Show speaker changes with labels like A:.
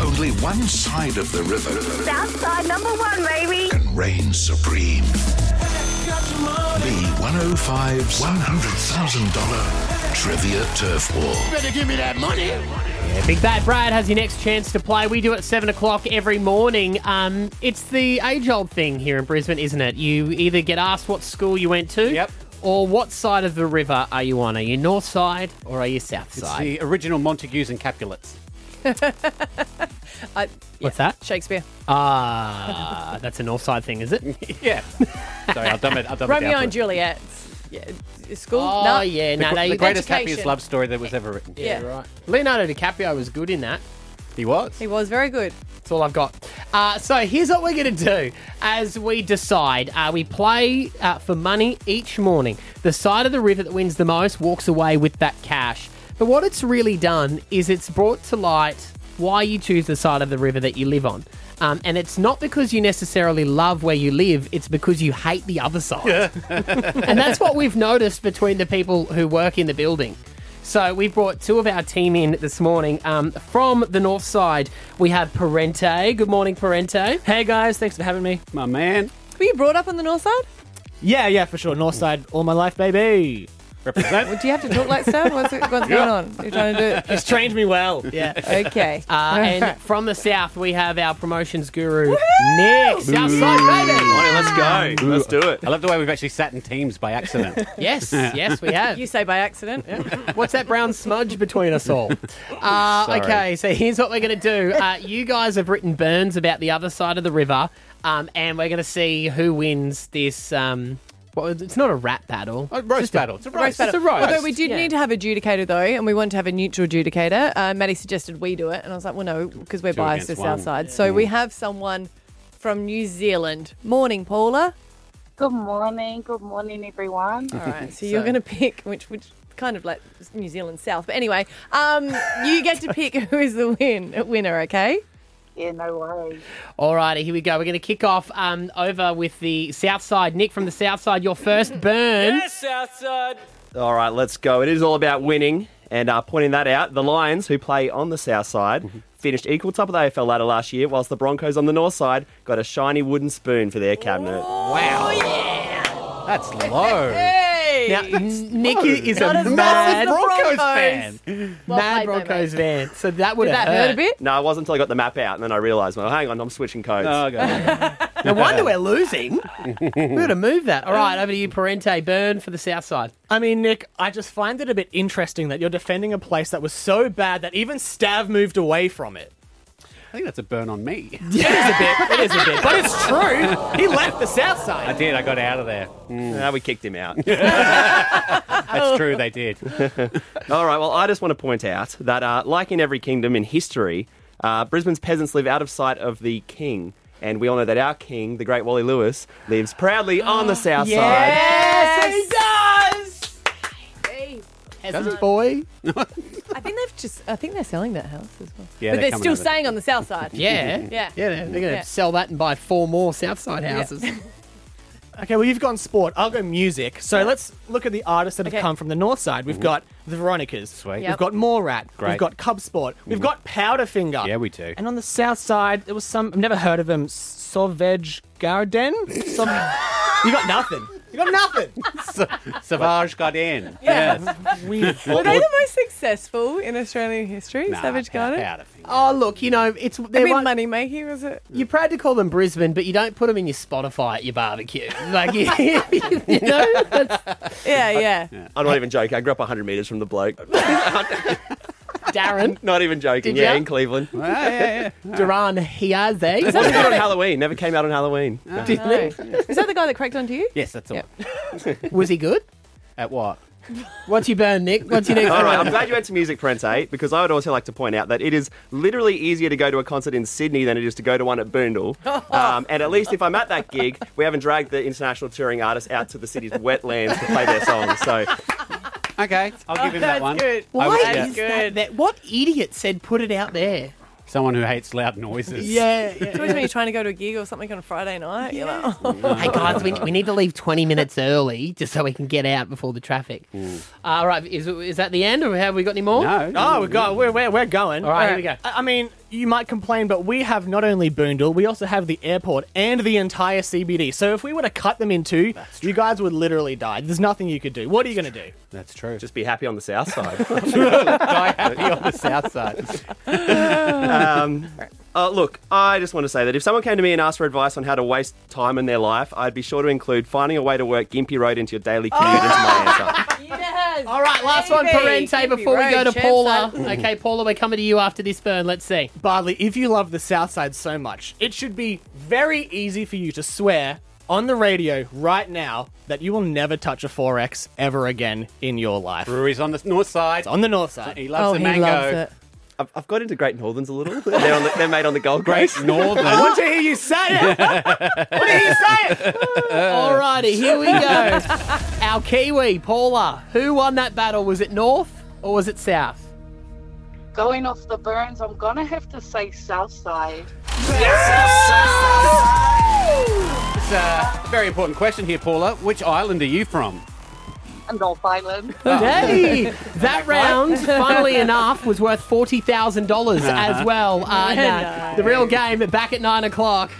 A: only one side of the river
B: South side number one, baby.
A: can reign supreme. The 105's $100,000 Trivia Turf War.
C: Yeah, Big Bad Brad has your next chance to play. We do it seven o'clock every morning. Um, it's the age-old thing here in Brisbane, isn't it? You either get asked what school you went to,
D: Yep.
C: or what side of the river are you on? Are you north side or are you south
D: It's
C: side?
D: the original Montagues and Capulets.
E: I,
C: What's that?
E: Shakespeare.
C: Ah, that's a north side thing, is it?
D: yeah. Sorry, I've done it. I've done it
E: Romeo
D: down
E: and
D: to it.
E: Juliet. Yeah, it's school.
C: Oh
E: no.
C: yeah,
D: The,
C: no,
D: gr-
C: they-
D: the greatest,
E: Education.
D: happiest love story that was ever written.
E: Yeah.
C: right. Leonardo DiCaprio was good in that.
D: He was.
E: He was very good.
C: That's all I've got. Uh, so here's what we're going to do as we decide. Uh, we play uh, for money each morning. The side of the river that wins the most walks away with that cash. But what it's really done is it's brought to light why you choose the side of the river that you live on. Um, and it's not because you necessarily love where you live, it's because you hate the other side. and that's what we've noticed between the people who work in the building. So we brought two of our team in this morning. Um, from the north side, we have Parente. Good morning, Parente.
F: Hey guys, thanks for having me.
D: My man.
E: Were you brought up on the north side?
F: Yeah, yeah, for sure. North side all my life, baby.
D: Represent.
E: Do you have to talk like so? What's, what's going on? You're trying to do
F: It's trained me well. Yeah.
E: it. Okay.
C: Uh, and from the south, we have our promotions guru, Nick. Southside baby.
G: let's go. Let's do it.
D: I love the way we've actually sat in teams by accident.
C: Yes, yes, we have.
E: you say by accident.
C: What's that brown smudge between us all? Uh,
D: Sorry.
C: okay, so here's what we're going to do. Uh, you guys have written burns about the other side of the river, um, and we're going to see who wins this. Um, well, it's not a rat battle.
D: A roast battle. It's a roast.
C: It's a roast.
E: Although we did
C: Yeah.
E: need to have adjudicator though, and we wanted to have a neutral adjudicator. Uh, Maddie suggested we do it, and I was like, well, no, because we're
D: Two
E: biased as
D: against
E: our
D: one.
E: side. So we have someone from New Zealand. Morning, Paula.
B: Good morning. Good morning, everyone.
E: All right, so, you're going to pick which which kind of like New Zealand South, but anyway, um, you get to pick who is the win winner. Okay.
B: Yeah, no worries.
C: Alrighty, here we go. We're going to kick off um, over with the south side. Nick from the south side, your first burn.
F: Southside.
G: All right, let's go. It is all about winning. And uh, pointing that out, the Lions, who play on the south side, finished equal top of the AFL ladder last year, whilst the Broncos on the north side got a shiny wooden spoon for their cabinet.
D: That's low.
E: Hey.
C: Now, N- Nick is a
E: as
C: mad,
E: the
D: Broncos
E: Broncos.
D: fan.
C: mad
E: Well played, mate, mate.
C: Broncos fan. So that would
E: Did
C: have
E: that hurt a bit?
G: No, it wasn't until I got the map out, and then I realised, well, hang on, I'm switching codes.
D: Oh, God.
C: No wonder we're losing. We're going to move that. All right, over to you, Parente. Burn for the south side.
F: I mean, Nick, I just find it a bit interesting that you're defending a place that was so bad that even Stav moved away from it.
D: I think that's a burn on me.
F: It is a bit. It is a bit, but it's true. He left the south
D: I
F: side.
D: did. I got out of there.
G: No, we kicked him out.
D: That's true. They did.
G: All right, well, I just want to point out that, uh, like in every kingdom in history, uh, Brisbane's peasants live out of sight of the king. And we all know that our king, the great Wally Lewis, lives proudly on the south
E: Yes.
C: Peasant boy.
E: I think they've just. I think they're selling that house as well.
D: Yeah, they're
E: but they're,
D: coming
E: still
D: over.
E: staying on the south side.
C: Yeah.
E: Yeah.
C: Yeah, they're going to
E: Yeah.
C: sell that and buy four more Southside houses.
F: Okay, well, you've gone sport. I'll go music. So let's look at the artists that have
E: Okay.
F: come from the north side. We've got the Veronicas.
D: Sweet.
E: Yep.
F: We've got Morat.
D: Great.
F: We've got Cub Sport. We've got Powderfinger.
D: Yeah, we do.
F: And on the south side, there was some. I've never heard of them. Sauvage Garden. Some, you got nothing. You got nothing.
D: Savage got in.
E: Yeah.
F: Weird.
E: Were they the most successful in Australian history?
D: Nah,
E: Savage
D: out-
E: Garden.
D: out of here.
C: Oh, look, you know, it's
E: I
C: they're
E: mean,
C: like-
E: money making was it?
C: you're proud to call them Brisbane, but you don't put them in your Spotify at your barbecue. Like, you, you know, that's
E: Yeah, yeah.
G: side. I'm not even joking. I grew up 100 metres from the bloke.
C: Darren
G: not even
C: Did
G: joking. yeah,
C: ya?
G: in Cleveland.
D: Ah, yeah, yeah.
C: Duran Hiaze.
G: Wasn't good on Halloween. Never came out on Halloween.
E: No. Is that the guy that cracked onto you?
D: Yes, that's all.
E: Yep.
C: Was he good?
D: At what?
C: What's your burn, Nick? What's your next
G: All
C: one?
G: right, I'm glad you went to music, Prente, because I would also like to point out that it is literally easier to go to a concert in Sydney than it is to go to one at Boondall. Um, and at least if I'm at that gig, we haven't dragged the international touring artists out to the city's wetlands to play their songs. So
D: Okay, I'll give him that one.
C: Why
D: I would-
C: is that, that? What idiot said put it out there?
D: Someone who hates loud noises.
C: Yeah.
E: It's always when you're trying to go to a gig or something on a Friday night. You're like, oh.
C: hey, guys, we, we need to leave 20 minutes early just so we can get out before the traffic. All right, is, is that the end, or have we got any more?
D: No.
F: Oh, we got. We're, we're, we're going.
C: All right, here we go.
F: I, I mean, you might complain, but we have not only Boondall, we also have the airport and the entire CBD. So if we were to cut them in two, you guys would literally die. There's nothing you could do. What are you going to do?
D: That's true.
G: Just be happy on the south side.
D: die happy on the south side.
G: Uh, look, I just want to say that if someone came to me and asked for advice on how to waste time in their life, I'd be sure to include finding a way to work Gimpy Road into your daily commute as my answer.
E: Yes.
C: All right, last one,
E: Maybe.
C: Parente,
E: Keep
C: before we
E: your
C: go
E: own
C: to
E: chance,
C: Paula.
E: son.
C: Okay, Paula, we're coming to you after this burn. Let's see.
F: Bartley, if you love the South Side so much, it should be very easy for you to swear on the radio right now that you will never touch a 4X ever again in your life.
D: Brewery's on the north side.
F: On the North Side.
D: He loves
E: Oh,
D: the
E: he
D: mango.
E: loves it.
G: I've, I've got into Great Northerns a little. They're, on the, they're made on the Gold Coast.
D: Great northern.
F: I want to hear you say it.
C: Alrighty, here we go. Our Kiwi, Paula. Who won that battle? Was it North or was it South?
B: Going off the burns, I'm gonna have to say Southside.
D: It's a very important question here, Paula. Which island are you from?
B: And North Island.
C: Hey, that round, funnily enough, was worth forty thousand dollars as well. Uh, nah, the real game back at nine o'clock.